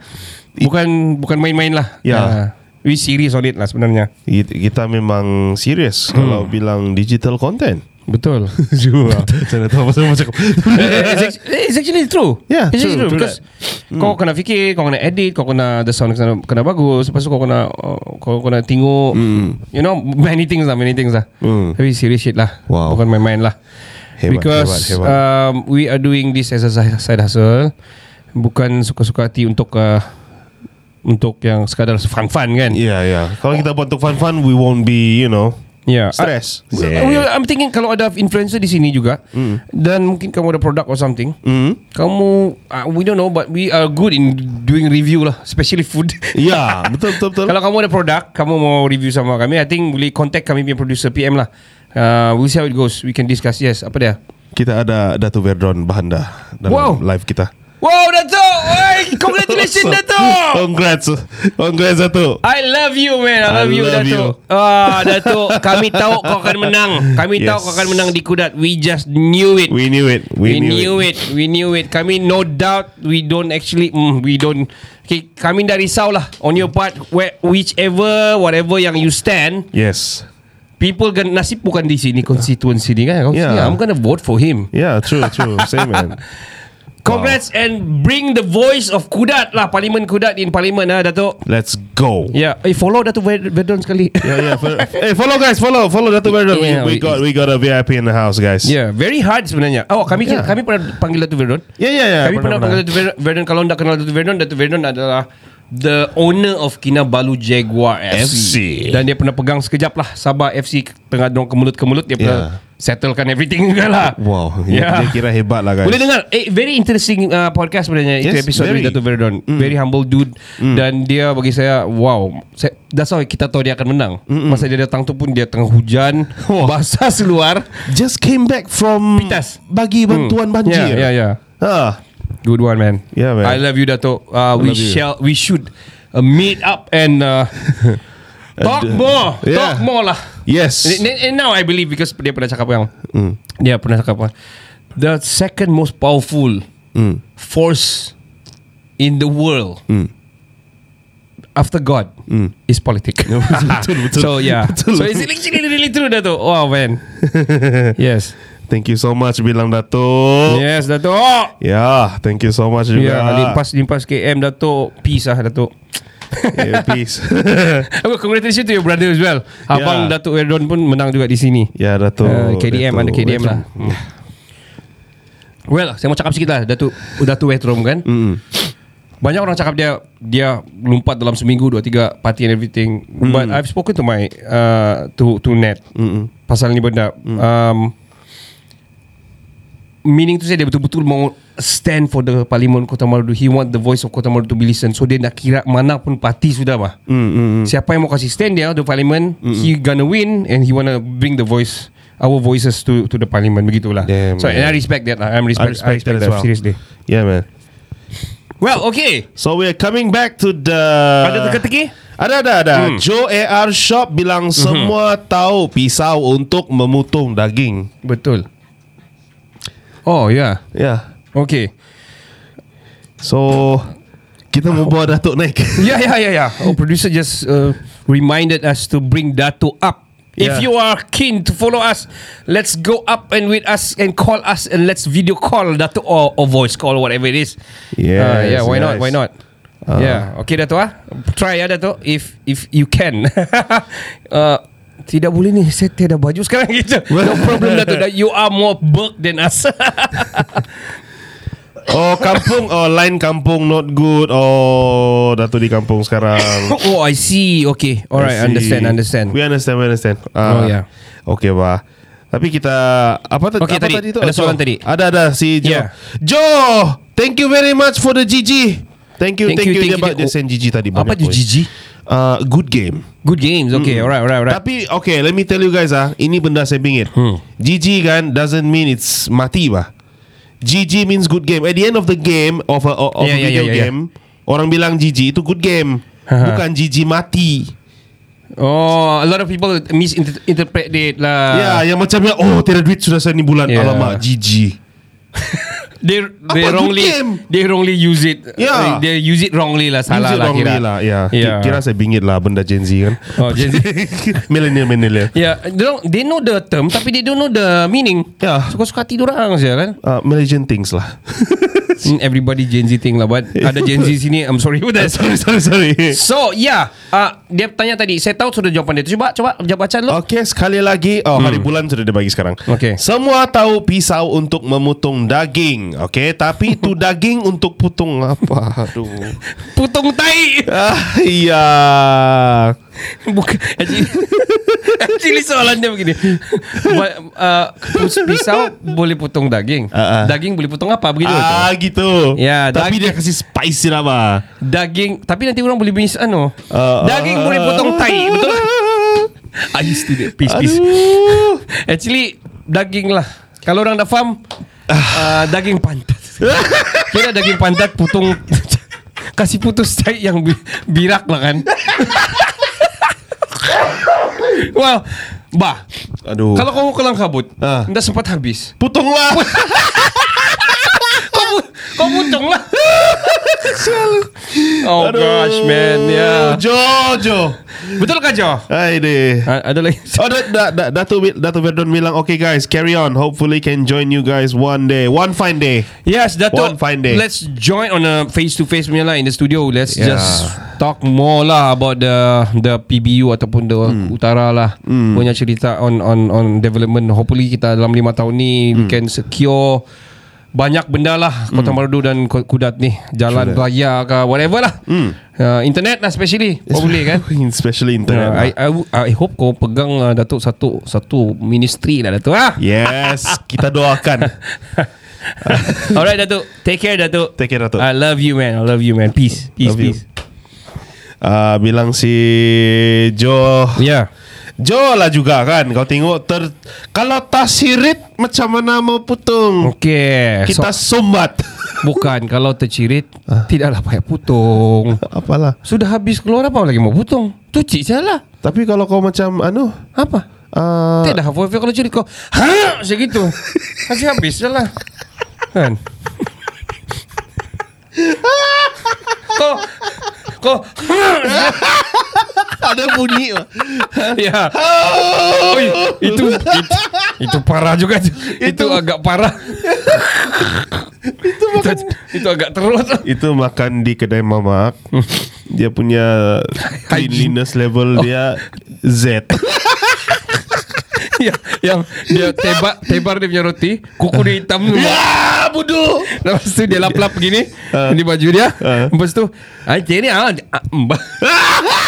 [SPEAKER 4] bukan bukan main-main lah
[SPEAKER 5] Yeah.
[SPEAKER 4] Ah, we serious on it lah sebenarnya
[SPEAKER 5] Kita kita memang serius
[SPEAKER 4] Hmm.
[SPEAKER 5] kalau bilang digital content.
[SPEAKER 4] *laughs* betul
[SPEAKER 5] Juga. Saya tak tahu apa saya mau cakap.
[SPEAKER 4] it's, act- it's actually true
[SPEAKER 5] Yeah,
[SPEAKER 4] it's
[SPEAKER 5] true,
[SPEAKER 4] actually true,
[SPEAKER 5] true
[SPEAKER 4] because kau kena fikir kau kena edit kau kena the sound kena, kena bagus lepas tu kau kena uh, kau kena tengok
[SPEAKER 5] Hmm.
[SPEAKER 4] you know many things lah many things lah
[SPEAKER 5] Mm.
[SPEAKER 4] tapi serious shit lah
[SPEAKER 5] Wow.
[SPEAKER 4] bukan main-main lah
[SPEAKER 5] *laughs* Hebat,
[SPEAKER 4] because
[SPEAKER 5] hebat, hebat.
[SPEAKER 4] Um, we are doing this as a side, side hustle bukan suka-suka hati untuk uh, untuk yang sekadar fun-fun kan
[SPEAKER 5] Yeah, yeah. Ya, Kalau kita buat untuk fun-fun, we won't be, you know,
[SPEAKER 4] Yeah.
[SPEAKER 5] stress.
[SPEAKER 4] I, Well, I'm thinking kalau ada influencer di sini juga
[SPEAKER 5] Hmm.
[SPEAKER 4] dan mungkin kamu ada produk or something, kamu uh, we don't know but we are good in doing review lah, especially
[SPEAKER 5] *laughs*
[SPEAKER 4] food.
[SPEAKER 5] yeah,
[SPEAKER 4] Ya,
[SPEAKER 5] betul betul betul.
[SPEAKER 4] kalau kamu ada produk, kamu mau review sama kami, I think boleh contact kami punya producer PM lah. Uh, we'll see how it goes. We can discuss. Yes, apa dia?
[SPEAKER 5] kita ada Datu Verdon Bahanda dalam
[SPEAKER 4] Wow.
[SPEAKER 5] live kita.
[SPEAKER 4] Wow, that's all. Oi,
[SPEAKER 5] *laughs*
[SPEAKER 4] Congratulations Dato
[SPEAKER 5] Congrats Congrats Dato
[SPEAKER 4] I love you man I love
[SPEAKER 5] I
[SPEAKER 4] you
[SPEAKER 5] love
[SPEAKER 4] Dato
[SPEAKER 5] you.
[SPEAKER 4] Ah Dato Kami tahu kau akan
[SPEAKER 5] *laughs*
[SPEAKER 4] menang Kami tahu
[SPEAKER 5] Yes.
[SPEAKER 4] kau akan menang di Kudat We just knew it
[SPEAKER 5] We knew it
[SPEAKER 4] We, knew it. We knew it Kami no doubt We don't actually mm, We don't okay, Kami dah risau lah On your part where, Whichever Whatever yang you stand
[SPEAKER 5] Yes
[SPEAKER 4] People kan Nasib bukan di sini Constituency ni kan Kau
[SPEAKER 5] Yeah.
[SPEAKER 4] yeah. I'm gonna vote for him
[SPEAKER 5] Yeah true
[SPEAKER 4] *laughs*
[SPEAKER 5] true Same man
[SPEAKER 4] Congrats and bring the voice of Kudat lah Parlimen Kudat in Parlimen ah Dato
[SPEAKER 5] Let's go
[SPEAKER 4] Yeah, eh follow Dato Ved- Vedon sekali.
[SPEAKER 5] Yeah, yeah. Fo- hey, follow guys, follow, follow Dato Verdun.
[SPEAKER 4] Yeah, we-
[SPEAKER 5] we, we got we got a VIP in the house,
[SPEAKER 4] *laughs*
[SPEAKER 5] guys.
[SPEAKER 4] Yeah, very hard sebenarnya. Oh, kami
[SPEAKER 5] Yeah.
[SPEAKER 4] kami pernah panggil Dato Verdon.
[SPEAKER 5] yeah, yeah. yeah.
[SPEAKER 4] kami pernah, panggil Dato Verdon, Verdon kalau anda kenal Dato Verdon, Dato Verdon adalah the owner of Kinabalu Jaguar FC.
[SPEAKER 5] FC.
[SPEAKER 4] Dan dia pernah pegang sekejap lah Sabah FC tengah dong ke mulut ke mulut dia pernah settlekan everything juga lah.
[SPEAKER 5] Ya. Wow, yeah.
[SPEAKER 4] Yeah.
[SPEAKER 5] dia kira hebat lah guys.
[SPEAKER 4] Boleh dengar eh, Very interesting uh, podcast sebenarnya Itu
[SPEAKER 5] Yes,
[SPEAKER 4] episode
[SPEAKER 5] very.
[SPEAKER 4] dari Dato' Verdon mm. Very humble dude mm. Dan dia bagi saya Wow saya, That's how kita tahu dia akan menang Mm-mm. Masa dia datang tu pun Dia tengah hujan
[SPEAKER 5] Wah.
[SPEAKER 4] Basah seluar
[SPEAKER 5] Just came back from
[SPEAKER 4] Pitas.
[SPEAKER 5] bagi
[SPEAKER 4] Ya
[SPEAKER 5] bantuan banjir.
[SPEAKER 4] yeah, yeah, yeah.
[SPEAKER 5] Ah,
[SPEAKER 4] Good one man
[SPEAKER 5] Yeah, man.
[SPEAKER 4] I love you Dato' uh, We
[SPEAKER 5] love you.
[SPEAKER 4] shall We should uh, Meet up and
[SPEAKER 5] *laughs*
[SPEAKER 4] uh, Talk more
[SPEAKER 5] uh, Yeah.
[SPEAKER 4] Talk more lah
[SPEAKER 5] yes.
[SPEAKER 4] And, and- and now I believe Because dia pernah cakap yang
[SPEAKER 5] Hmm.
[SPEAKER 4] Dia pernah cakap apa The second most powerful
[SPEAKER 5] Hmm.
[SPEAKER 4] Force In the world After God Is politic *laughs* So yeah
[SPEAKER 5] *laughs* Hmm. Betul.
[SPEAKER 4] So it's actually really true Dato Wow
[SPEAKER 5] *laughs*
[SPEAKER 4] man Yes
[SPEAKER 5] Thank you so much bilang Dato. Yeah.
[SPEAKER 4] Yes Dato
[SPEAKER 5] thank you so much
[SPEAKER 4] Ya
[SPEAKER 5] juga.
[SPEAKER 4] limpas limpas KM Dato Peace lah Dato
[SPEAKER 5] *laughs* Yeah, peace.
[SPEAKER 4] Oh, congratulations to your brother as well. Abang
[SPEAKER 5] Yeah.
[SPEAKER 4] Datuk Erdon pun menang juga di sini.
[SPEAKER 5] *laughs* ya Dato.
[SPEAKER 4] Uh, KDM
[SPEAKER 5] Dato.
[SPEAKER 4] under KDM lah.
[SPEAKER 5] Dato.
[SPEAKER 4] Hmm. Well, saya mau cakap sikit lah Datuk Datuk Wetrom kan. Mm. Banyak orang cakap dia dia lompat dalam seminggu dua tiga party and everything. Mm.
[SPEAKER 5] Hmm.
[SPEAKER 4] But I've spoken to my uh, to to Net mm pasal ni benda.
[SPEAKER 5] Hmm.
[SPEAKER 4] Mm. Um, meaning tu saya dia betul-betul mau stand for the parlimen Kota Marudu. He want the voice of Kota Marudu to be listened. So dia nak kira mana pun parti sudah mah. Mm,
[SPEAKER 5] Hmm,
[SPEAKER 4] Siapa yang mau kasih stand dia the parlimen, mm, he gonna win and he wanna bring the voice our voices to to the parlimen begitulah.
[SPEAKER 5] Damn,
[SPEAKER 4] so and
[SPEAKER 5] man.
[SPEAKER 4] I respect that. lah. I'm
[SPEAKER 5] I
[SPEAKER 4] respect,
[SPEAKER 5] respect, that as well.
[SPEAKER 4] Seriously.
[SPEAKER 5] Yeah man.
[SPEAKER 4] Well, okay.
[SPEAKER 5] So we are coming back to the Uh,
[SPEAKER 4] Ada teka-teki? Mhm.
[SPEAKER 5] Ada ada ada. Hmm. Joe AR Shop bilang semua tahu pisau untuk memotong daging.
[SPEAKER 4] Betul. Oh, yeah.
[SPEAKER 5] Ya. Yeah.
[SPEAKER 4] Okay.
[SPEAKER 5] So kita mau bawa Datuk naik. *laughs*
[SPEAKER 4] Yeah, yeah, yeah, yeah. Our ya, producer just uh, reminded us to bring Dato up.
[SPEAKER 5] Yeah.
[SPEAKER 4] If you are keen to follow us, let's go up and with us and call us and let's video call Dato or, or voice call whatever it is. Uh, yeah,
[SPEAKER 5] Yes,
[SPEAKER 4] why not?
[SPEAKER 5] yes. Uh-huh.
[SPEAKER 4] Why not? yeah. Okay, Dato ah. Try ya Dato if if you can. *laughs* uh, tidak boleh ni Saya tiada baju sekarang *laughs*
[SPEAKER 5] *laughs*
[SPEAKER 4] gitu No problem Dato You are more burk than us *laughs*
[SPEAKER 5] Oh kampung Oh line kampung not good Oh Datuk di kampung sekarang
[SPEAKER 4] *laughs* Oh I see Okay *coughs* Alright
[SPEAKER 5] I see.
[SPEAKER 4] understand understand
[SPEAKER 5] We understand We understand Ah,
[SPEAKER 4] Oh, yeah.
[SPEAKER 5] Okay bah tapi kita apa, t-
[SPEAKER 4] Okay,
[SPEAKER 5] apa
[SPEAKER 4] tadi. Ada soalan tadi.
[SPEAKER 5] Ada ada si Joe.
[SPEAKER 4] Yeah.
[SPEAKER 5] Joe, thank you very much for the GG. Thank you, thank, you, thank you. Dia, ba-
[SPEAKER 4] you.
[SPEAKER 5] dia send GG tadi
[SPEAKER 4] Apa
[SPEAKER 5] banyak.
[SPEAKER 4] tu
[SPEAKER 5] boy.
[SPEAKER 4] Gigi?
[SPEAKER 5] Uh, good game.
[SPEAKER 4] Good games. Okay, alright, alright, alright.
[SPEAKER 5] Tapi okay, let me tell you guys ah, ini benda saya bingit. Hmm. GG kan doesn't mean it's mati bah. GG means good game. At the end of the game of a, of a
[SPEAKER 4] Yeah, yeah,
[SPEAKER 5] video
[SPEAKER 4] yeah, Ha. yeah.
[SPEAKER 5] game, orang bilang GG itu good game.
[SPEAKER 4] Haha.
[SPEAKER 5] Bukan GG mati.
[SPEAKER 4] Oh, a lot of people misinterpret it lah.
[SPEAKER 5] ya, yang macamnya oh tiada duit sudah saya ni bulan.
[SPEAKER 4] Yeah.
[SPEAKER 5] Alamak, GG.
[SPEAKER 4] they they
[SPEAKER 5] Apa, good
[SPEAKER 4] wrongly
[SPEAKER 5] game?
[SPEAKER 4] they wrongly use it.
[SPEAKER 5] Yeah.
[SPEAKER 4] they use it wrongly lah, salah
[SPEAKER 5] Use it
[SPEAKER 4] lah
[SPEAKER 5] wrongly
[SPEAKER 4] kira.
[SPEAKER 5] lah. Ya.
[SPEAKER 4] Yeah.
[SPEAKER 5] Kira saya bingit lah benda Gen Z kan.
[SPEAKER 4] Oh, Gen Z.
[SPEAKER 5] *laughs* millennial millennial.
[SPEAKER 4] Yeah, they don't they know the term tapi they don't know the meaning.
[SPEAKER 5] Yeah.
[SPEAKER 4] Suka-suka hati orang saja kan.
[SPEAKER 5] Ya, Uh, Malaysian things lah. *laughs*
[SPEAKER 4] Mm, Everybody Gen Z thing lah but ada Gen Z sini I'm sorry for that.
[SPEAKER 5] sorry sorry sorry.
[SPEAKER 4] So yeah, uh, dia tanya tadi saya tahu sudah jawapan dia. Cuba coba jawab bacaan lu.
[SPEAKER 5] Okey sekali lagi oh, Hari bulan sudah dibagi sekarang
[SPEAKER 4] Hmm. Okey.
[SPEAKER 5] Semua tahu pisau untuk memotong daging Okey Tapi
[SPEAKER 4] *laughs*
[SPEAKER 5] itu daging untuk putung apa Aduh
[SPEAKER 4] Putung tai.
[SPEAKER 5] ah, Ya
[SPEAKER 4] *laughs* Bukan actually, actually soalannya begini Ba- uh, pus- Pisau boleh potong daging
[SPEAKER 5] Ah, ah.
[SPEAKER 4] Daging boleh potong apa Begitu
[SPEAKER 5] Ah
[SPEAKER 4] ah.
[SPEAKER 5] gitu
[SPEAKER 4] Ya,
[SPEAKER 5] Tapi
[SPEAKER 4] daging-
[SPEAKER 5] dia kasih spicy lah bah.
[SPEAKER 4] Daging Tapi nanti orang boleh bingis ano.
[SPEAKER 5] Ah, Uh,
[SPEAKER 4] Daging boleh potong tai Betul lah I used to that Peace peace
[SPEAKER 5] Aduh
[SPEAKER 4] Actually Daging lah Kalau ah,
[SPEAKER 5] *laughs*
[SPEAKER 4] orang dah faham uh, Daging pantat Kira daging pantat Putung *laughs* kasih putus cari yang bi- birak lah
[SPEAKER 5] *laughs*
[SPEAKER 4] kan. well, bah.
[SPEAKER 5] Aduh.
[SPEAKER 4] Kalau kamu kelang kabut,
[SPEAKER 5] Ah.
[SPEAKER 4] dah sempat habis.
[SPEAKER 5] Putunglah.
[SPEAKER 4] *laughs* Kamu kamu untung *laughs* lah. oh gosh, man. ya. Yeah.
[SPEAKER 5] Jojo.
[SPEAKER 4] Betul kah, Jo?
[SPEAKER 5] Hai deh.
[SPEAKER 4] A- ada lagi.
[SPEAKER 5] Oh, that, that, that, Datu, Wi- Datu Verdun bilang, okay guys, carry on. Hopefully can join you guys one day. One fine day.
[SPEAKER 4] Yes, Dato.
[SPEAKER 5] One fine day.
[SPEAKER 4] Let's join on a face to face punya lah in the studio. Let's
[SPEAKER 5] Yeah.
[SPEAKER 4] just talk more lah about the the PBU ataupun the
[SPEAKER 5] Hmm.
[SPEAKER 4] utara lah. Punya cerita on on on development. Hopefully kita dalam lima tahun ni
[SPEAKER 5] Hmm.
[SPEAKER 4] we can secure banyak benda lah Kota Marudu dan Ko- Kudat ni jalan raya ke whatever lah
[SPEAKER 5] Hmm.
[SPEAKER 4] uh, internet lah especially probably
[SPEAKER 5] *laughs*
[SPEAKER 4] kan
[SPEAKER 5] Especially internet. lah.
[SPEAKER 4] Yeah, I, I, wo- I hope kau pegang uh, Datuk satu satu ministry lah Datuk ah.
[SPEAKER 5] Yes, kita doakan.
[SPEAKER 4] Alright Datuk, take care Datuk.
[SPEAKER 5] Take care, Datuk.
[SPEAKER 4] I love you man. I love you man. Peace. *laughs* Peace
[SPEAKER 5] Love you.
[SPEAKER 4] peace.
[SPEAKER 5] Ah, bilang si Jo.
[SPEAKER 4] Yeah.
[SPEAKER 5] Jo lah juga kan. Kau tengok ter kalau tasirit macam mana mau
[SPEAKER 4] Oh,
[SPEAKER 5] putung.
[SPEAKER 4] Okay.
[SPEAKER 5] Kita
[SPEAKER 4] so,
[SPEAKER 5] sumbat.
[SPEAKER 4] bukan kalau tercirit
[SPEAKER 5] Ah.
[SPEAKER 4] tidaklah payah putung.
[SPEAKER 5] *laughs* Apalah.
[SPEAKER 4] Sudah habis keluar apa lagi mau putung? Cuci salah.
[SPEAKER 5] Tapi kalau kau macam anu
[SPEAKER 4] Apa?
[SPEAKER 5] ah,
[SPEAKER 4] Tidak half wave kalau cirit kau. Ha, segitu. Kasi habis salah. Kan. kau kau "Ha!"
[SPEAKER 5] ada bunyi.
[SPEAKER 4] ya. Oi, itu, itu itu parah juga. Itu, itu agak parah. itu, itu agak terus.
[SPEAKER 5] Itu makan di kedai
[SPEAKER 4] *laughs*
[SPEAKER 5] mamak. dia punya cleanliness
[SPEAKER 4] Oh.
[SPEAKER 5] level
[SPEAKER 4] *laughs*
[SPEAKER 5] dia Z.
[SPEAKER 4] ya, yang dia tebak tebar dia punya roti, kuku dia hitam semua.
[SPEAKER 5] ah, bodoh.
[SPEAKER 4] Lepas tu dia lap-lap begini
[SPEAKER 5] Ha.
[SPEAKER 4] Di baju dia Lepas tu Anjir ni ah, ah, *laughs* mbak.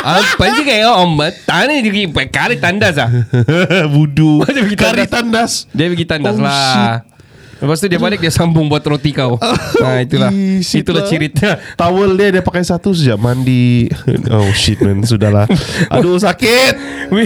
[SPEAKER 4] Apa je kayak Ombat Tani dia pergi Kari tandas lah
[SPEAKER 5] *laughs* Budu.
[SPEAKER 4] Macam kita
[SPEAKER 5] Kari
[SPEAKER 4] tandas.
[SPEAKER 5] tandas.
[SPEAKER 4] Dia pergi tandas
[SPEAKER 5] Oh,
[SPEAKER 4] lah Lepas tu dia balik Dia sambung buat roti kau Nah itulah
[SPEAKER 5] Oh, Ih, shit
[SPEAKER 4] Itulah
[SPEAKER 5] lah.
[SPEAKER 4] ceritanya
[SPEAKER 5] *laughs* Towel dia dia pakai satu sejak mandi. *laughs* Oh shit man, sudahlah. *laughs* Aduh sakit.
[SPEAKER 4] *laughs* We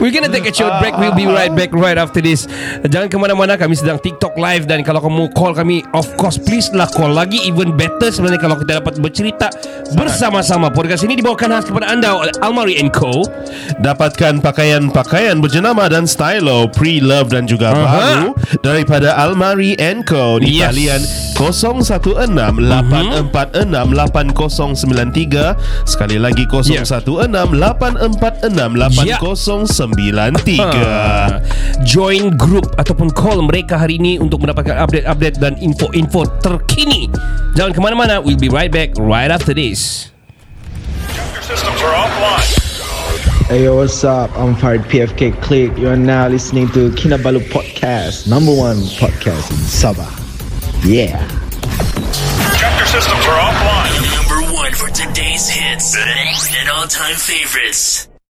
[SPEAKER 4] We're gonna take a short break We'll be right back right after this Jangan ke mana-mana Kami sedang TikTok live Dan kalau kamu call kami Of course please lah call lagi Even better sebenarnya Kalau kita dapat bercerita Bersama-sama Podcast ini dibawakan khas kepada anda Oleh Almari Co
[SPEAKER 5] Dapatkan pakaian-pakaian berjenama dan stylo pre-love dan
[SPEAKER 4] Aha.
[SPEAKER 5] juga baru daripada Almari Co di
[SPEAKER 4] Yes.
[SPEAKER 5] talian 016-846-8093 Sekali lagi Ya. 016-846-8093 Ha.
[SPEAKER 4] Ah. Join group Ataupun call mereka hari ini Untuk mendapatkan update-update Dan info-info terkini Jangan ke mana-mana We'll be right back Right after this
[SPEAKER 8] Hey yo, what's up? I'm Farid PFK Click. You are now listening to Kinabalu Podcast, number one podcast in Sabah. Yeah.
[SPEAKER 9] Number one for today's hits and all-time favorites.